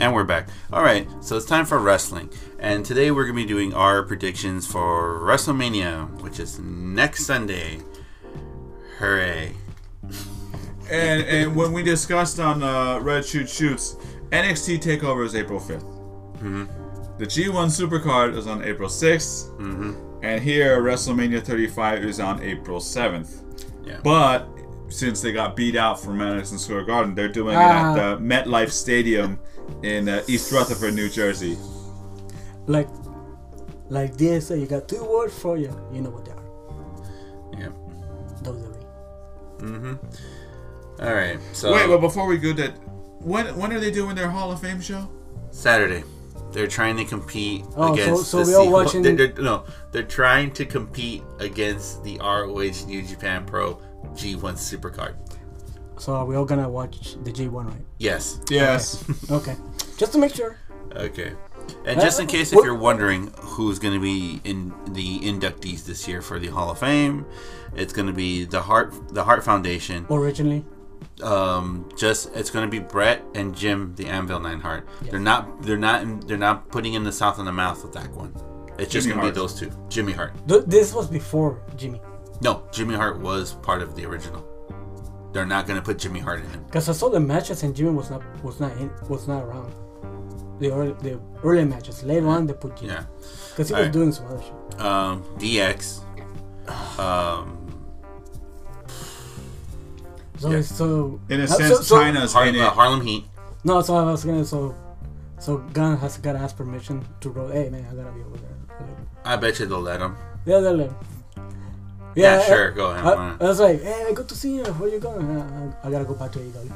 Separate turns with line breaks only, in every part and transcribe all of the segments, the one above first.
And we're back. All right, so it's time for wrestling. And today we're going to be doing our predictions for WrestleMania, which is next Sunday. Hooray.
And and when we discussed on uh, Red Shoot Shoots, NXT Takeover is April 5th The G1 Supercard is on April 6th and here WrestleMania 35 is on April 7th.
Yeah.
But since they got beat out from Madison Square Garden, they're doing
Ah.
it at the MetLife Stadium in uh, East Rutherford, New Jersey.
Like, like this. You got two words for you. You know what they are.
Yeah.
WWE.
All right, so
Wait, but before we go to when when are they doing their Hall of Fame show?
Saturday. They're trying to compete
Oh, so-
against
so
the
we all
sequel-
watching-
they're- they're- no, they're trying to compete against the ROH New Japan Pro G1 Supercard.
So are we all gonna watch the G1, right?
Yes.
Yes.
Okay. Just to make sure.
Okay. And just in case if
what-
you're wondering who's going to be in the inductees this year for the Hall of Fame, it's going to be the Heart the Heart Foundation.
Originally,
Um just it's going to be Brett and Jim the Anvil Nine Heart. They're not they're not in, they're not putting in the south in the mouth with that one. It's just
Jimmy
going to be
Hart.
those two. Jimmy Hart.
Th- this was before Jimmy,
No, Jimmy Hart was part of the original. They're not going to put Jimmy Hart in him.
because I saw the matches and Jimmy was not was not in, was not around. The early, the early matches. Later on, they put Jimmy
Yeah.
because he was
Alright.
doing some other shit.
Um, DX. Um,
So
Yeah.
it's so
In
uh,
a
so-
sense,
so-
China's
Har-
in
uh,
it.
Harlem Heat.
No, so I was gonna so so Gunn has gotta ask permission to roll. Hey man, I gotta be over there.
I bet you they'll let him.
Yeah, they're like,
Yeah,
I-
sure, go ahead.
I,
why
I
not?
was like, "Eh, hey, good to see you. Where you going? Uh, I, I gotta go back to AEW.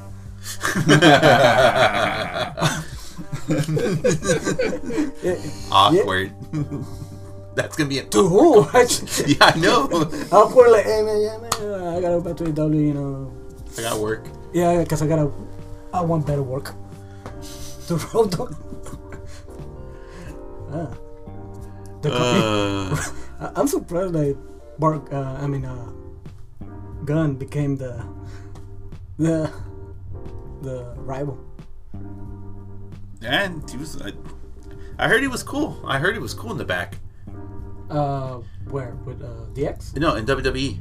Yeah,
Awkward. That's gonna be a
to who? I
Yeah, I know.
awkward like, hey man, yeah man, uh, I gotta go back to AEW. You know,
I got work.
yeah, cause I gotta, I want better work. To roll dog. ah. The company-
Uh,
I- I'm surprised that Bark, uh, I mean, uh, Gunn became the the the rival.
and he was. I, I heard he was cool. I heard he was cool in the back.
Uh, where with uh, DX?
No, in WWE.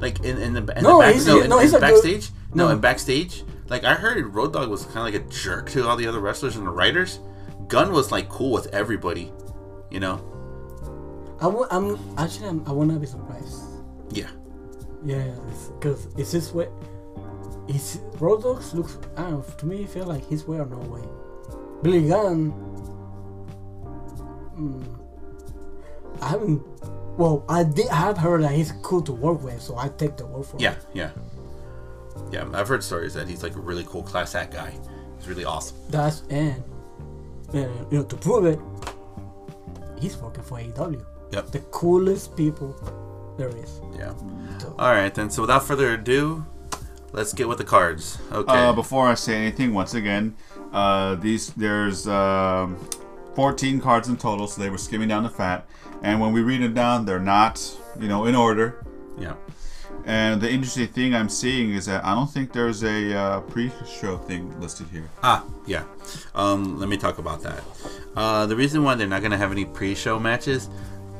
Like in, in the in
No,
the back,
he's-
no, in,
no,
in
he's a good-
backstage. no,
no.
in backstage. Like I heard Road Dog was kind of like a jerk to all the other wrestlers and the writers. Gunn was like cool with everybody. You know?
I w- I'm actually I'm, I wanna be surprised.
Yeah.
Yeah, because is this way? Is Road Dogs looks? I don't know. To me, it feel like his way or no way. Billy Gunn. mm, I haven't. Well, I did I have heard that he's cool to work with, so I take the word for
Yeah,
it.
yeah. Yeah, I've heard stories that he's like a really cool class act guy. He's really awesome.
That's and, and you know to prove it, he's working for AEW.
Yep.
The coolest people there is.
Yeah.
So-
All right, then. So without further ado, let's get with the cards. Okay.
Uh, before I say anything, once again, uh, these there's um 14 cards in total, so they were skimming down the fat. And when we read them down, they're not, you know, in order.
yeah.
And the interesting thing I'm seeing is that I don't think there's a uh, pre-show thing listed here.
Ah, yeah. Um, let me talk about that. Uh, the reason why they're not gonna have any pre-show matches,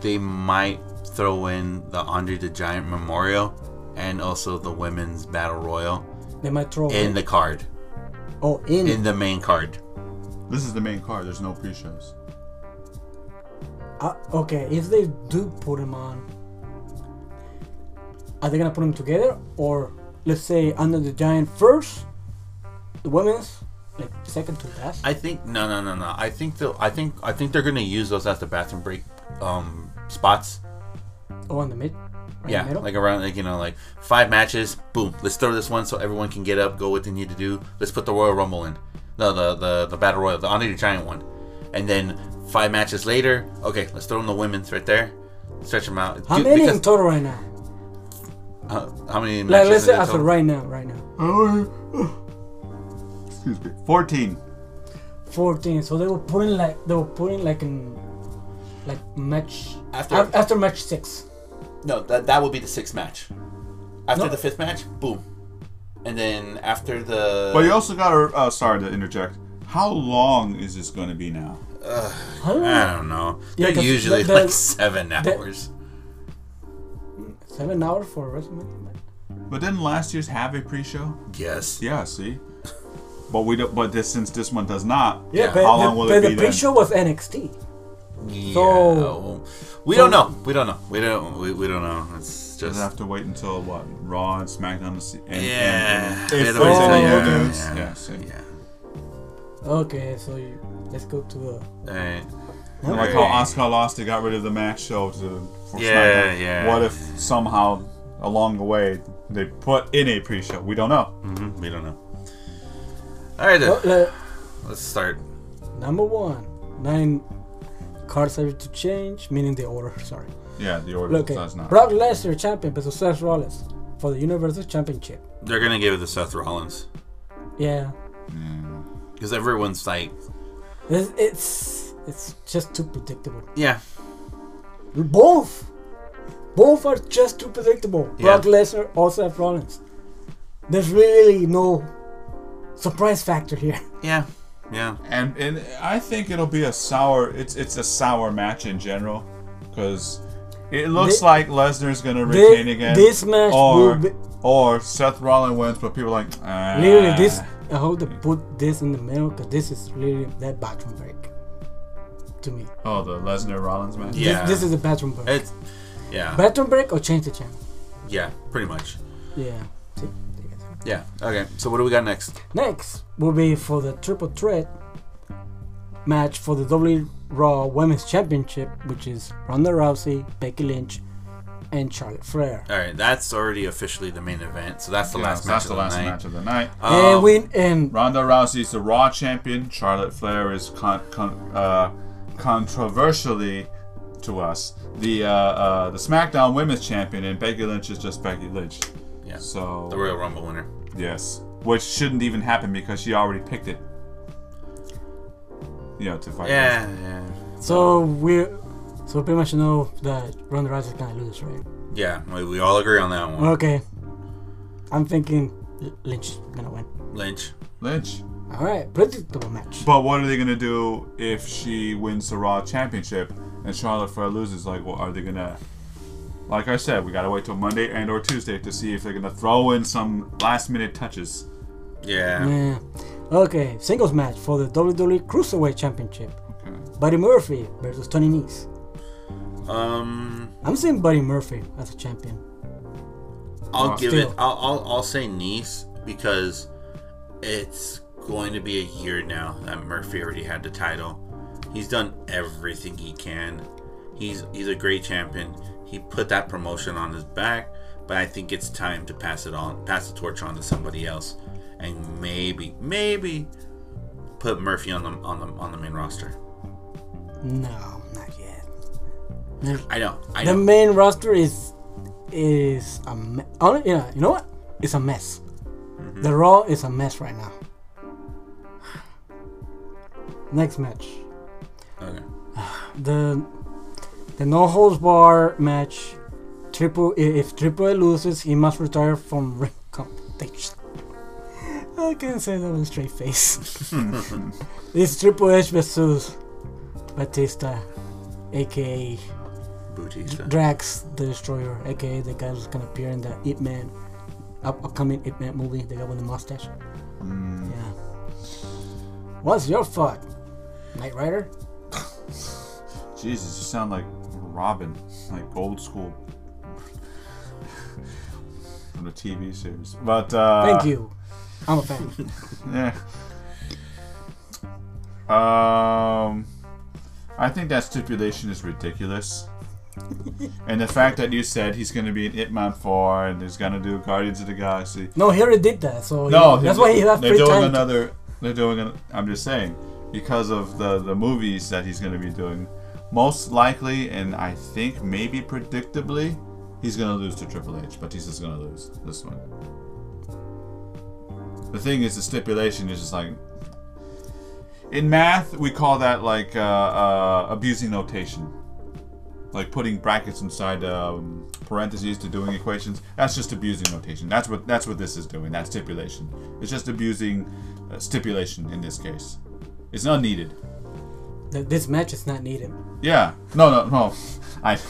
they might throw in the Andre the Giant Memorial and also the Women's Battle Royal
They might throw
in the card,
oh in,
in the main card.
This is the main card. There's no pre-shows.
uh, okay if they do put him on, are they gonna put them together or let's say under the giant first, the women's like second to last?
I think no, no, no, no. I think they'll. I think I think they're gonna use those as the bathroom break um, spots.
oh, in the mid. Right
Yeah,
in the middle?
like around, like you know, like five matches. Boom. Let's throw this one so everyone can get up, go what they need to do. Let's put the Royal Rumble in, no, the the the Battle Royal, the Andre the Giant one, and then five matches later. Okay, let's throw in the women's right there. Stretch them out.
how
Do-
many
because-
in total right now?
uh, how many?
Like
matches
let's
is
say
it
as of
total?
right now, right now.
Excuse me. 14.
14 so they were putting like they were putting like in like match
After-
after after match six
No, that that will be the sixth match. After
No.
the fifth match, boom, and then after the
But you also got to, uh, sorry to interject. How long is this going to be now?
I don't know.
I don't know.
Yeah,
They're
'cause
usually
the- the-
like seven hours.
Seven hours for WrestleMania.
But didn't last year's have a pre-show?
yes.
Yeah, see. But we don't. But this since this one does not.
Yeah,
Yeah.
but,
How
the,
long will
but
it be
the
then?
pre-show was NXT.
Yeah.
So-
we
so-
don't know. We don't know. We don't. We, we don't know. It's
Does
just.
it have to wait until what Raw and SmackDown to see? And, and-
Yeah.
and-
It'll
and
be
Thursday
something,
Night Raw
yeah,
dudes.
yeah.
Yeah, see.
Yeah.
Okay, so you, let's go to uh, the.
All right.
And Like how Oscar lost, they got rid of the match show to for
Yeah,
SmackDown.
yeah.
What if somehow along the way they put in a pre-show? We don't know.
Mm.
hmm We don't know. All right then.
Oh, the-
Let's start.
number one, nine cards have to change, meaning the order. Sorry.
Yeah, the order
Look,
does
okay.
not.
Brock Lesnar champion versus Seth Rollins for the Universal Championship.
They're gonna give it to Seth Rollins
Yeah,
because everyone's like,
it's, it's it's just too predictable.
yeah,
Both, both are just too predictable.
Yeah.
Brock Lesnar or Seth Rollins. There's really no surprise factor here.
yeah, yeah.
and and I think it'll be a sour. It's it's a sour match in general, because it looks
Thi-
like Lesnar's gonna
thi-
retain again.
this match
or
will be-
or Seth Rollins wins, but people are like ah.
Literally, this I hope they put this in the middle because this is really that bathroom break to me.
Oh, the Lesnar Rollins match.
Yeah.
This, this is a bathroom break.
It's, yeah,
bathroom break or change the channel.
yeah. Pretty much.
Yeah. See? There you go.
Yeah. Okay. So what do we got next?
Next will be for the triple threat match for the WWE Raw Women's Championship, which is Ronda Rousey, Becky Lynch, and Charlotte Flair.
All right. That's already officially the main event. So that's the
Yeah,
last match
that's
of
the
the
last
night.
match of the night.
and win and
Ronda Rousey's the Raw champion. Charlotte Flair is con- con- uh, controversially to us the uh, uh, the SmackDown Women's Champion, and Becky Lynch is just Becky Lynch.
Yeah.
So
The Royal Rumble winner.
yes, which shouldn't even happen because she already picked it. You know to fight.
Yeah, yeah,
so we're so pretty much know that Ronda Rousey's gonna lose, right?
yeah. We, we all agree on that one.
Okay. I'm thinking L- Lynch is gonna win.
Lynch.
Lynch.
All right, predictable match.
But what are they gonna do if she wins the Raw Championship and Charlotte Flair loses? Like, well, are they gonna? Like I said, we gotta wait till Monday and or Tuesday to see if they're gonna throw in some last minute touches.
Yeah.
Yeah. Okay, singles match for the WWE Cruiserweight Championship.
Okay.
Buddy Murphy versus Tony Nese.
Um,
I'm seeing Buddy Murphy as a champion.
I'll
Well,
give
still.
it. I'll, I'll I'll say Nice because it's going to be a year now that Murphy already had the title. He's done everything he can. He's he's a great champion. He put that promotion on his back, but I think it's time to pass it on, pass the torch on to somebody else, and maybe maybe put Murphy on the on the on the main roster.
No, not yet.
I know. I
The
know.
main roster is is a me- hon- yeah. You know what? It's a mess. The Raw is a mess right now. Next match,
Okay.
the the no holds bar match. Triple i- if Triple A loses, he must retire from ring competition. I can't say that with a straight face. it's Triple H versus Batista, aka
Bautista.
Drax the Destroyer, aka the guy who's gonna appear in the Ip Man, up- upcoming Ip Man movie, the guy with the mustache. Yeah. What's your thought, Knight Rider?
Jesus, you sound like Robin, like old school from the TV series. But uh,
Thank you. I'm a fan.
Yeah. Um, I think that stipulation is ridiculous. and the fact that you said he's going to be an Ip Man 4 and he's going to do Guardians of the Galaxy.
no, he already did that, so
No,
he- that's why he has
they're
free
doing
time.
another. They're doing. An, I'm just saying, because of the the movies that he's going to be doing, most likely, and I think maybe predictably, he's going to lose to Triple H. But he's just going to lose this one. The thing is, the stipulation is just like. In math, we call that like uh, uh, abusing notation, like putting brackets inside um, parentheses to doing equations. That's just abusing notation. That's what that's what this is doing. That stipulation. It's just abusing uh, stipulation in this case. It's not needed.
Th- this match is not needed.
Yeah. No, no, no. I.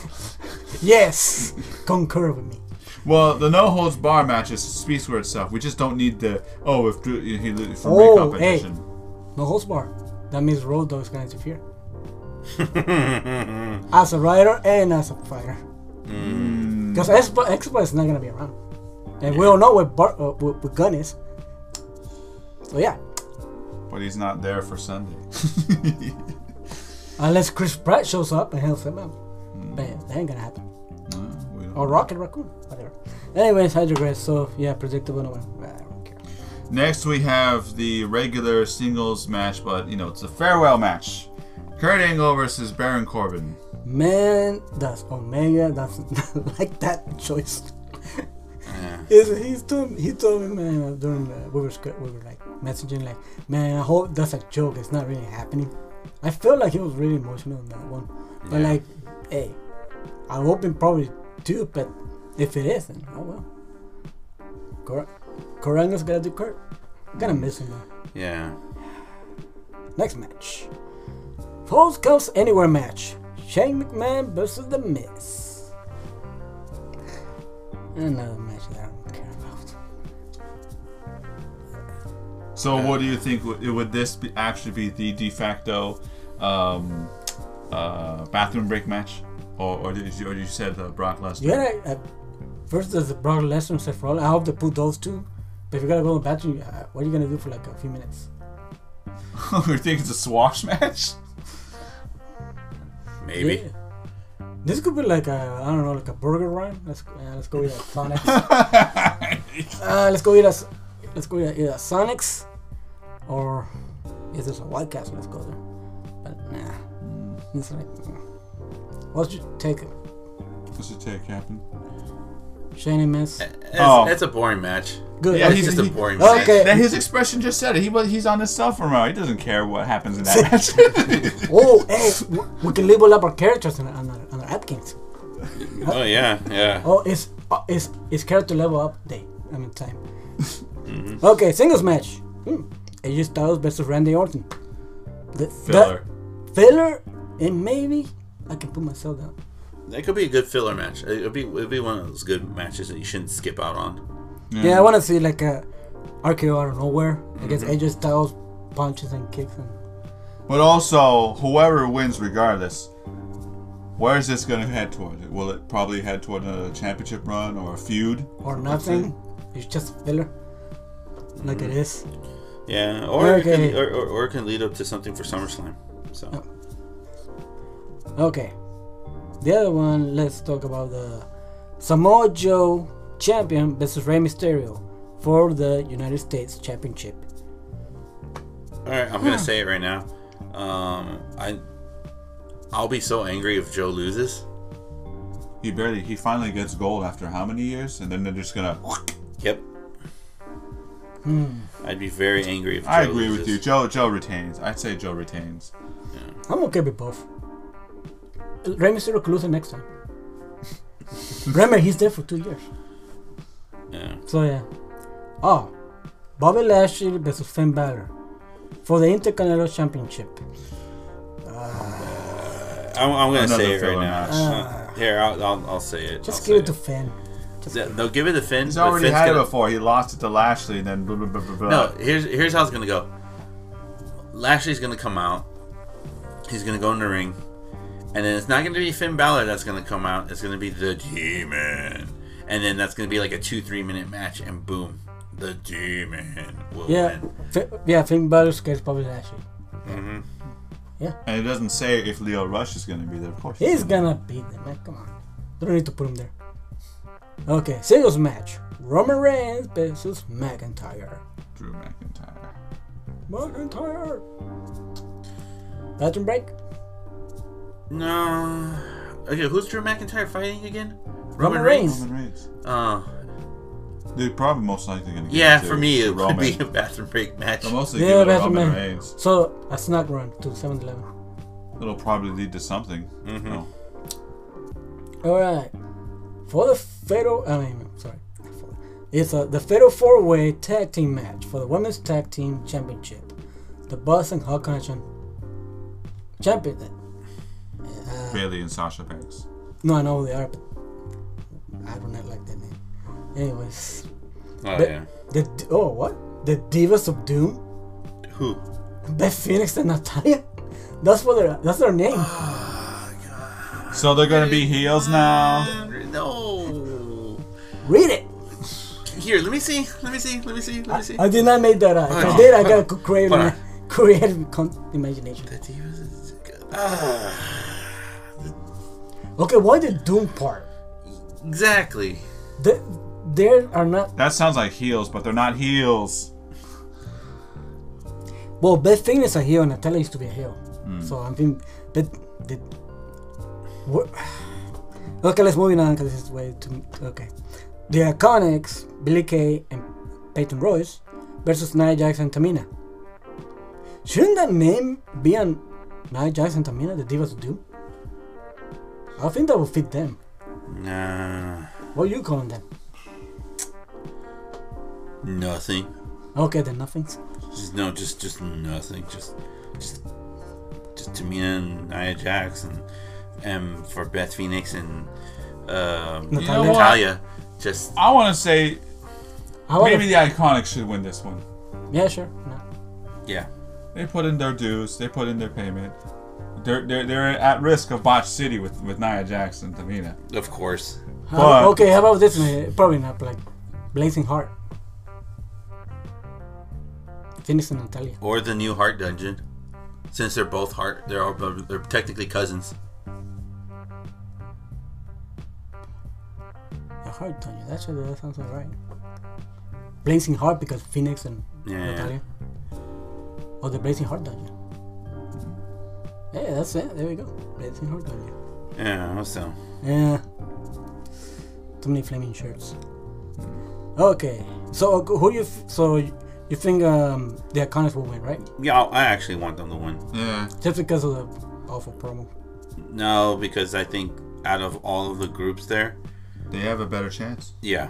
Yes, concur with me.
Well, the no holds bar matches speaks for itself. We just don't need the oh if Drew he he- from
Oh,
recomp
hey.
edition.
No holds bar. That means Road Dogg's gonna interfere. as a writer and as a fighter. Because mm. Expo is not gonna be around. And we don't know what bar, uh, what, what Gun is. So yeah,
But he's not there for Sunday.
unless Chris Pratt shows up and helps him out. But that ain't gonna happen.
No, we don't.
Or Rocket Raccoon, whatever. Anyways, I digress. So yeah, predictable. No, I don't care.
Next we have the regular singles match, but you know it's a farewell match. Kurt Angle versus Baron Corbin.
Man, that's Omega. That's like that choice. He's, he's told, he told me, man, during the, we, were, sc- we were like messaging, like, man, I hope that's a joke. It's not really happening. I felt like he was really emotional in that one. But,
Yeah.
like, hey, I'm hoping probably do, but if it is, then oh well. Cor- Koranga's gonna do Kurt. Gonna miss him, though.
Yeah.
Next match Falls Comes Anywhere match Shane McMahon versus The Miz. Another match that I don't care about.
So what do you think? Would, would this be, actually be the de facto um, uh, bathroom break match, or, or did you, or you said uh, Brock Lesnar?
Yeah, I, I, first there's the Brock Lesnar and Seth Rollins. I hope they put those two. But if you gotta go in the bathroom, uh, what are you gonna do for like a few minutes?
you think it's a swash match?
Maybe.
Yeah. This could be like a I don't know, like a burger run. Let's uh, let's go eat a Sonics. uh, let's go eat a s- let's go eat a, eat a Sonics, or is this a White Castle? Let's go there. But nah,
Hmm.
it's like mm. what's your take,
What's your take, Captain?
Shane and Miss?
It's,
Oh.
it's a boring match.
Good.
Yeah,
It's
he's-
Uh, just a
he-
boring
Okay.
match.
That his expression just said it. He was, he's on his cell phone right. He doesn't care what happens in that match.
oh, hey, w- we can label up our characters on, our- on, our, on our appkins.
Oh yeah, yeah.
Oh, it's uh, it's it's character level up day. I mean time. Okay, singles match. Hmm. AJ Styles versus Randy Orton. The,
Filler.
The, filler, and maybe I can put myself down.
That could be a good filler match. It- It'd be it'd be one of those good matches that you shouldn't skip out on.
Yeah, I want to see like a RKO out of nowhere against AJ Styles punches and kicks and
But also, whoever wins, regardless, where is this going to head toward? Will it probably head toward a championship run or a feud?
or nothing. It's just filler, like it is.
Yeah, or it
Okay. Oh.
can, or, or, or it can lead up to something for SummerSlam. So
Okay. The other one, let's talk about the Samoa Joe champion versus Rey Mysterio for the United States Championship.
all right, I'm gonna say it right now. Um, I I'll be so angry if Joe loses.
He barely, he finally gets gold after how many years? And then they're just going to.
Yep.
Hmm.
I'd be very angry if Joe
I agree
loses.
with you. Joe Joe retains. I'd say Joe retains.
I'm okay with both. Rey Mysterio could lose it next time. Remember, he's there for two years.
Yeah.
So yeah. Oh, Bobby Lashley versus Finn Balor for the Intercontinental Championship.
I'm, I'm gonna
Another
say it right
filler
now.
match.
Uh, here, I'll, I'll, I'll say it.
Just
I'll
give it
say
to Finn. Just
They- They'll give it to Finn.
He's
but
already
Finn's
had
gonna-
it before. He lost it to Lashley, then blah, blah, blah, blah, blah.
No, here's here's how it's gonna go. Lashley's gonna come out. He's gonna go in the ring, and then it's not gonna be Finn Balor that's gonna come out. It's gonna be the Demon, and then that's gonna be like a two three minute match, and boom, the Demon will
yeah,
win.
Fi- yeah. Finn Balor scares Bobby Lashley.
And it doesn't say if Leo Rush is going to be there, of course.
He's gonna beat them, man. Come on. You don't need to put him there. Okay, singles match. Roman Reigns versus McIntyre.
Drew McIntyre.
McIntyre. Bathroom break.
No. Okay, who's Drew McIntyre fighting again?
Roman Reigns.
Roman Reigns.
Oh,
They're probably most likely going to get
yeah.
to
For me, it would
Roman.
be a bathroom break match.
They'll mostly
Yeah,
give it to
bathroom
Roman
break.
Reigns.
So a snack run to 7-Eleven.
It'll probably lead to something.
Mm-hmm.
you know.
All right. For the fatal, I mean, sorry. not for- It's a, the fatal four-way tag team match for the women's tag team championship. the Buzz and Hulk connection. Champion. Uh,
Bailey and Sasha Banks.
no, I know who they are, but I do not like that name. Anyways,
Oh,
But-
yeah.
the D- oh what the Divas of Doom,
Who?
Beth Phoenix and Natalia. That's what their that's their name.
So they're gonna be heels now.
No.
Read it.
Here, let me see. Let me see. Let me see. Let me see.
I did not make that up. If
Hold
I
on,
did, I
hold
got
on,
to create
hold
my
on.
creative con- imagination.
The Divas is good. Ah.
Okay, why the Doom part?
Exactly.
The, there are not.
That sounds like heels, but they're not heels.
Well, Beth Phoenix is a heel, and Natalia used to be a heel. So I'm being. But the. What, okay, let's move on because this is way too. Okay, the Iconics, Billy Kay and Peyton Royce, versus Nia Jax and Tamina. Shouldn't that name be on Nia Jax and Tamina, the Divas of Doom? I think that would fit them.
Nah.
What you calling them?
Nothing.
Okay, then nothing.
Just no. Just just nothing. Just just just Tamina and Nia Jax and and for Beth Phoenix and um,
You know what?
Natalia. Just
I want to say
How about
maybe the Iconics should win this one.
Yeah, sure. No.
yeah.
They put in their dues. They put in their payment. They're they're, they're at risk of botch city with with Nia Jackson, Tamina.
Of course.
But-
Uh, okay, how about this? one? Probably not. Like Blazing Heart, Phoenix and Natalia.
Or the new Heart Dungeon. Since they're both heart, they're all, they're technically cousins.
The Heart Dungeon. That's what that sounds alright. Blazing Heart because Phoenix and
Yeah.
Natalia. Oh, the Blazing Heart Dungeon. Yeah, that's it. There we go. Blazing Heart Dungeon.
Yeah. So
Yeah. Too many flaming shirts. Okay, so who you? F- so you think um, the Iconics will win, right?
yeah, I actually want them to win.
Yeah.
Just because of the awful promo.
No, because I think out of all of the groups there,
They have a better chance.
yeah,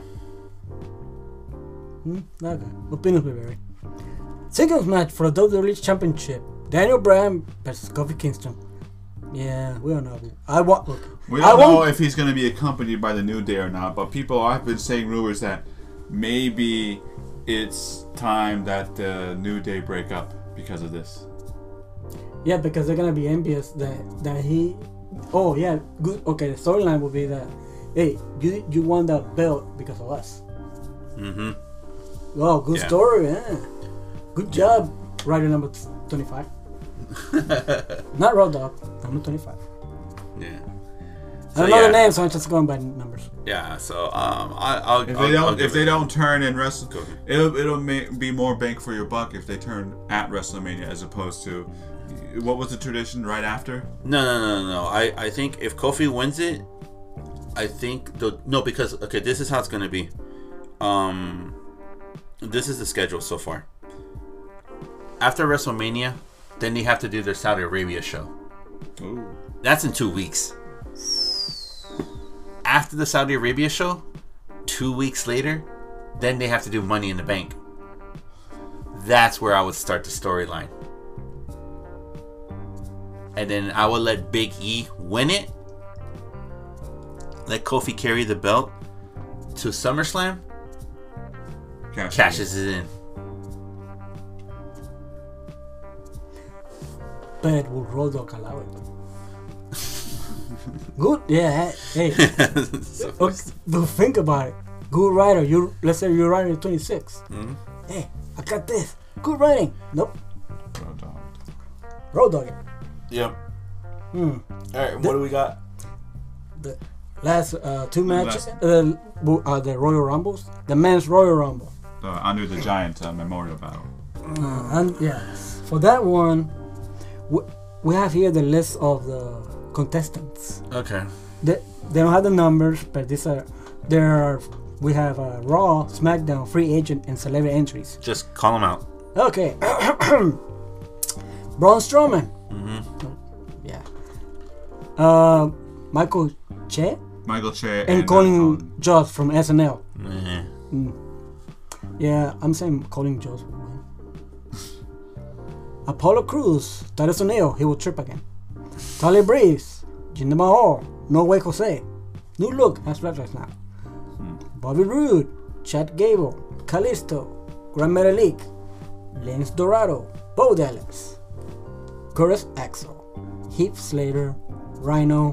Hmm? Okay. Opinions will vary. Singles match for the WWE Championship. Daniel Bryan versus Kofi Kingston. Yeah, we don't know. I want. Look,
We
I
don't know
won't-
if he's going to be accompanied by the New Day or not, but people have been saying rumors that maybe it's time that the New Day break up because of this.
Yeah, because they're gonna be envious that that he. Oh yeah, good. Okay, the storyline will be that. Hey, you you won that belt because of us.
mm-hmm.
Wow, good
Yeah.
story. Yeah. Good job, writer number twenty-five. Not Road Dog, number twenty-five.
yeah,
I
So,
don't know
yeah.
the names, so I'm just going by numbers.
yeah. So um, I, I'll
If
I'll,
they
I'll
don't,
give
if
it-
they don't turn and wrestle,
Go ahead.
it'll it'll ma- be more bang for your buck if they turn at WrestleMania as opposed to what was the tradition right after.
no no no no, no. I I think if Kofi wins it, I think the no because okay this is how it's gonna be, um, this is the schedule so far. After WrestleMania, then they have to do their Saudi Arabia show.
Ooh.
That's in two weeks. After the Saudi Arabia show, two weeks later, then they have to do Money in the Bank. That's where I would start the storyline. And then I would let Big E win it. Let Kofi carry the belt to SummerSlam.
Cash
Cashes it in.
But will Road Dog allow it? Good, yeah. Hey,
So-
okay, but think about it. Good writer, you. Let's say you're writing 26.
Hmm?
Hey, I got this. Good writing. Nope,
Oh, dog.
Road Dog. it.
Yep.
Hmm.
All right. What do we got?
The last uh, two matches,
Last-
uh, wo- are the Royal Rumbles, the men's Royal Rumble,
The Andre the Giant uh, Memorial Battle.
uh, and yeah, for that one, we, we have here the list of the contestants.
Okay.
They, they don't have the numbers, but these are there are we have uh, Raw, SmackDown, Free Agent, and Celebrity entries.
Just call them out.
Okay, Braun Strowman. Yeah. Uh, Michael Che
Michael Che uh,
and Colin Jost from SNL.
Eh.
Yeah, I'm saying Colin Jost. would win. Apollo Cruz, Titus O'Neil, he will trip again. Tully Breeze, Jinder Mahal, No Way Jose, New Look has flashlights now. Bobby Roode, Chad Gable, Kalisto, Grand Metalik, Lance Dorado, Bo Dallas, Curtis Axel, Heath Slater, Rhino,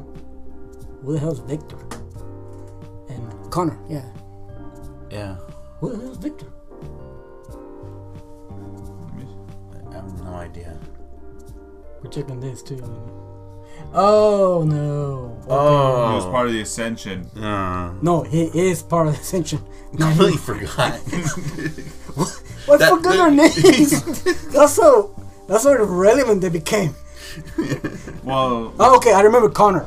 who the hell's Victor? And Connor, yeah.
Yeah.
Who the hell's Victor?
I have no idea.
We're checking this too. Oh no.
Oh.
He was part of the Ascension.
Uh,
No, he is part of the Ascension. No, he-
completely forgot.
What
That-
forgot their names? that's how that's how relevant they became.
Well,
Oh, okay, I remember Connor.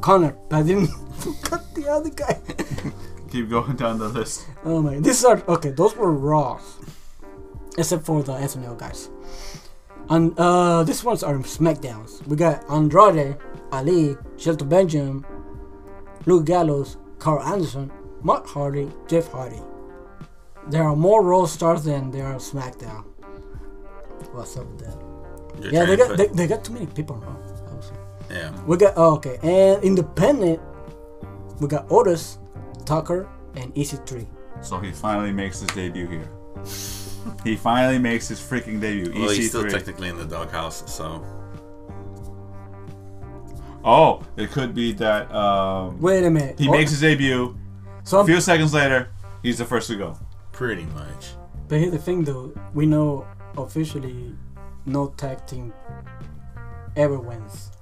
Connor, but I didn't forgot the other guy.
keep going down the list.
Oh my, these are okay. Those were raw, except for the SNL guys. And uh, these ones are Smackdowns. We got Andrade, Ali, Shelton Benjamin, Luke Gallows, Carl Anderson, Mark Hardy, Jeff Hardy. There are more Raw stars than there are SmackDown. What's up with that?
You're
yeah,
trying to
they got they,
put-
they got too many people on Raw. obviously.
yeah.
We got oh, okay, and independent. We got Otis, Tucker, and Easy Three.
So he finally makes his debut here. He finally makes his freaking debut. E
Well, he's still
EC3.
technically in the doghouse, so
oh, it could be that um,
Wait a minute.
he
Oh,
makes his debut.
So
A few seconds later, he's the first to go.
pretty much.
But here's the thing, though. We know officially no tag team ever wins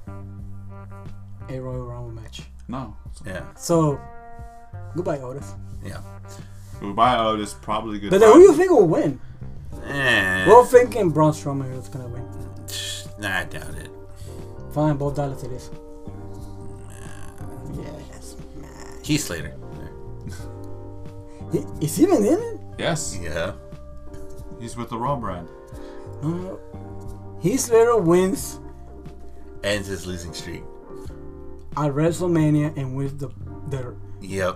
a Royal Rumble match.
No.
Yeah.
So goodbye, Otis.
Yeah.
Goodbye, Otis. Probably good.
But then who do you think will win?
Eh,
We're all thinking Braun Strowman is gonna win.
nah, I doubt it.
Fine, Bob Dallas it is. Yes.
Keith Slater.
He- Is he even in it?
yes,
Yeah.
he's with the Raw brand.
No, no. Heath Slater wins
Ends his losing streak.
at WrestleMania and wins the the
Yep.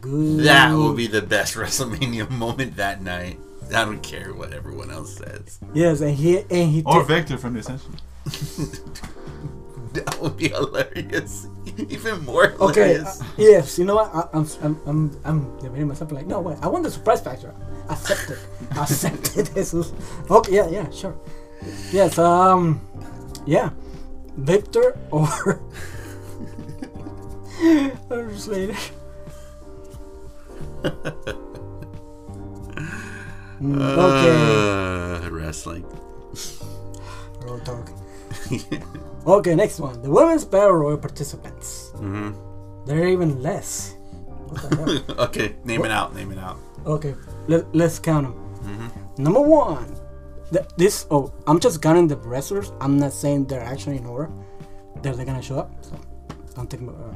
good.
That will be the best WrestleMania moment that night. I don't care what everyone else says.
yes, and he and he
Or
ta-
Victor from the Ascension.
That would be hilarious. Even more
Okay.
hilarious.
uh, yes. You know what? I, I'm I'm I'm I'm debating myself. Like, no way. I want the surprise factor. Accept it. Accept it. Jesus. Okay. Yeah. Yeah. Sure. Yes. Um. Yeah. Victor or. or Slater. Mm, okay.
Uh, wrestling.
Road dog. okay. Next one. The women's battle royal participants.
hmm
They're even less. What the hell?
okay, name it out. Name it out.
Okay, let, let's count them. Number one, th- this. Oh, I'm just counting the wrestlers. I'm not saying they're actually in order. They're, they're gonna show up. So don't think about. Uh,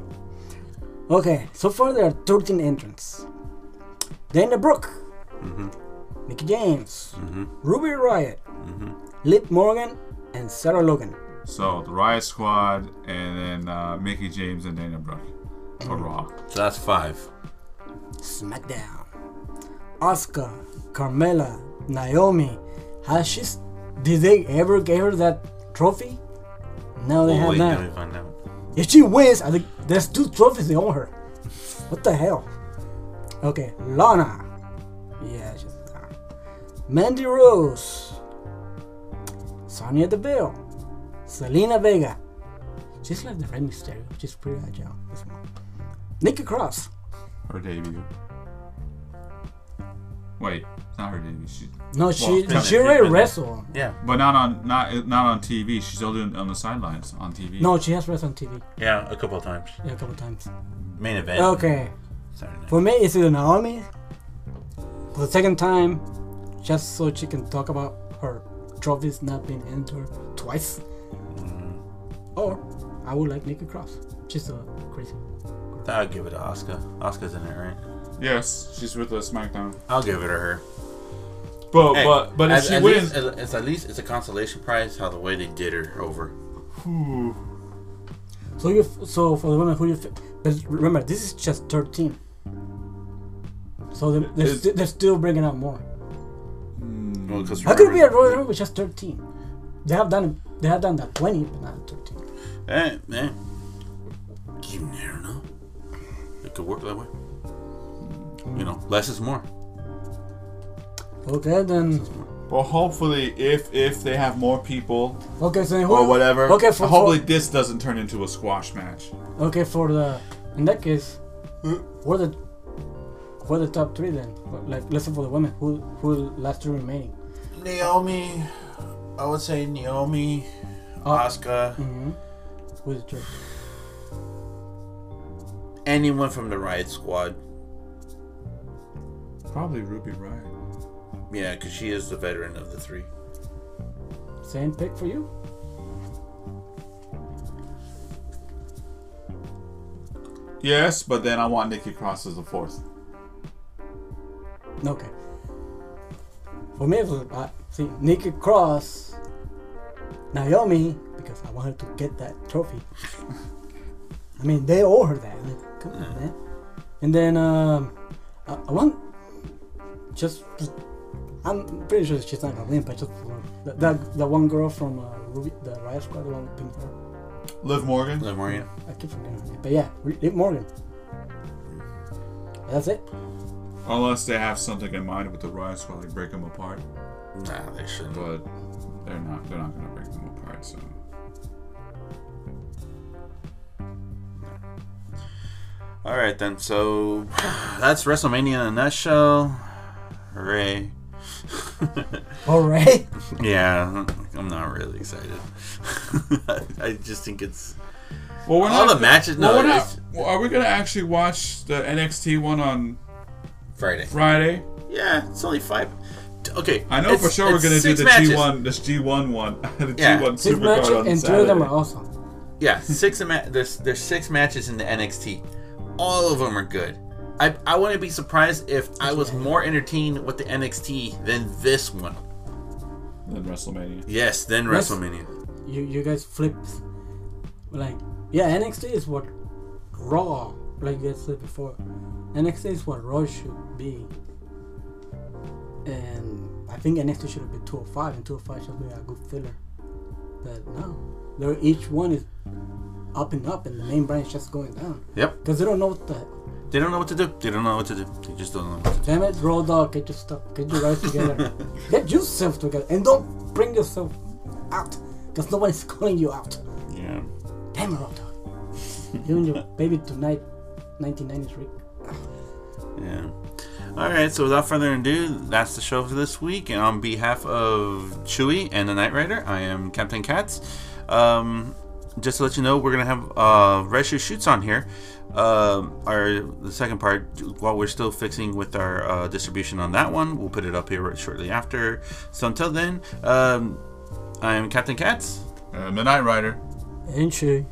okay, so far there are 13 entrants. Dana Brooke, Mickey James, Ruby Riot, Lip Morgan, and Sarah Logan.
So the Riot Squad, and then uh, Mickey James and Dana Brooke for Raw.
So that's five.
SmackDown. Oscar, Carmella, Naomi. Has she? s- Did they ever give her that trophy? No, they
Oh,
have
wait,
not.
no, we found out.
If she wins, I think there's two trophies they owe her. What the hell? Okay, Lana. Yeah, she's Lana. Mandy Rose. Sonia Deville. Selena Vega. She's like the Rey Mysterio. She's pretty agile. This one. Nikki Cross.
Her debut. Wait, it's not her debut. She,
No, she
Well,
she
yeah,
already
yeah.
wrestled.
Yeah.
but not on not not on TV. She's only on, on the sidelines on TV.
No, she has wrestled on TV
Yeah, a couple of times.
yeah, a couple times.
Main event.
Okay,
Saturday night.
for me, it's either Naomi for the second time, just so she can talk about her trophies not being handed to her twice,
Mm-hmm.
or I would like Nikki Cross. She's a crazy.
I'll give it to Oscar. Oscar's in it, right?
Yes, she's with the SmackDown.
I'll give it to her.
But
Hey,
but but if
at-
she
at
wins,
least- at- it's at least it's a consolation prize. How the way they did her over.
Ooh.
So you, f- so for the women who you, f- but remember this is just thirteen. So they- they're,
It's-
st- they're still bringing out more.
Mm,
because
How could it be a Royal Rumble with just 13? They have done they have done that 20, but not 13.
Eh, eh. You never know. It could work that way. You know, less is more.
Okay, then.
Well, hopefully, if if they have more people
Okay, so who,
or whatever,
Okay, for,
hopefully
for
this doesn't turn into a squash match.
okay for the in that case, we're the we're the top three then. Like listen for the women who who last three remaining.
Naomi, I would say Naomi,
Uh,
Asuka,
mm.
Mm-hmm. Who's the third?
anyone from the Riot Squad.
Probably Ruby Riot.
Yeah, because she is the veteran of the three.
Same pick for you.
Yes, but then I want Nikki Cross as the fourth.
Okay. For me, it was, uh, see Nikki Cross, Naomi, because I want her to get that trophy. I mean, they owe her that. Like, come on, man. And then um, I, I want just. I'm pretty sure she's not gonna win, but just for that, that the one girl from uh, Ruby, the Riot Squad, the one with pink hair.
Liv Morgan.
Liv Morgan.
I keep forgetting her name, but yeah, Liv Morgan. That's it.
Unless they have something in mind with the Riot Squad, they break them apart.
Nah, they shouldn't.
But they're not. They're not gonna break them apart. So
All right then. So that's WrestleMania in a nutshell. Hooray!
All right.
Yeah, I'm not really excited. I just think it's
well, we're
all the matches. No,
well, we're not,
it's
well, are we gonna actually watch the NXT one on
Friday.
Friday?
Yeah, it's only five. t- Okay,
I know
it's-
for sure we're
it's
gonna do
six
the
matches.
G1, this G1 one, the
Yeah.
G1
Six matches,
Supercard on
and two
Saturday.
of them are awesome.
Yeah, six ma- there's there's six matches in the NXT. All of them are good. I I wouldn't be surprised if I was more entertained with the NXT than this one.
Then WrestleMania.
Yes, than
Yes.
WrestleMania.
you you guys flipped like yeah NXT is what Raw like you guys said before NXT is what Raw should be and I think NXT should have been 205 and 205 should be a good filler but no they're each one is up and up and the main brand is just going down
Yep.
because they don't know what the
They don't know what to do. They don't know what to do. They just don't know. What to do.
damn it Raw dog get your stuff get your guys together get yourself together and don't bring yourself out because nobody's calling you out
Yeah.
Damn it, Rob Dog. you and your baby tonight, 1990s Rick.
Yeah. All right. So without further ado, that's the show for this week. And on behalf of Chewy and the Knight Rider, I am Captain Katz. Um, just to let you know, we're gonna have uh, Red Shoe Shoots on here. Um, our the second part, while we're still fixing with our uh, distribution on that one, we'll put it up here shortly after. So until then, um, I am Captain Katz.
Uh, Midnight Rider.
Ain't she?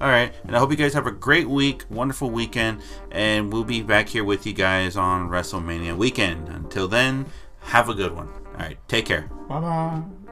All right, and I hope you guys have a great week, wonderful weekend, and we'll be back here with you guys on WrestleMania weekend. Until then, have a good one. All right, take care.
Bye bye.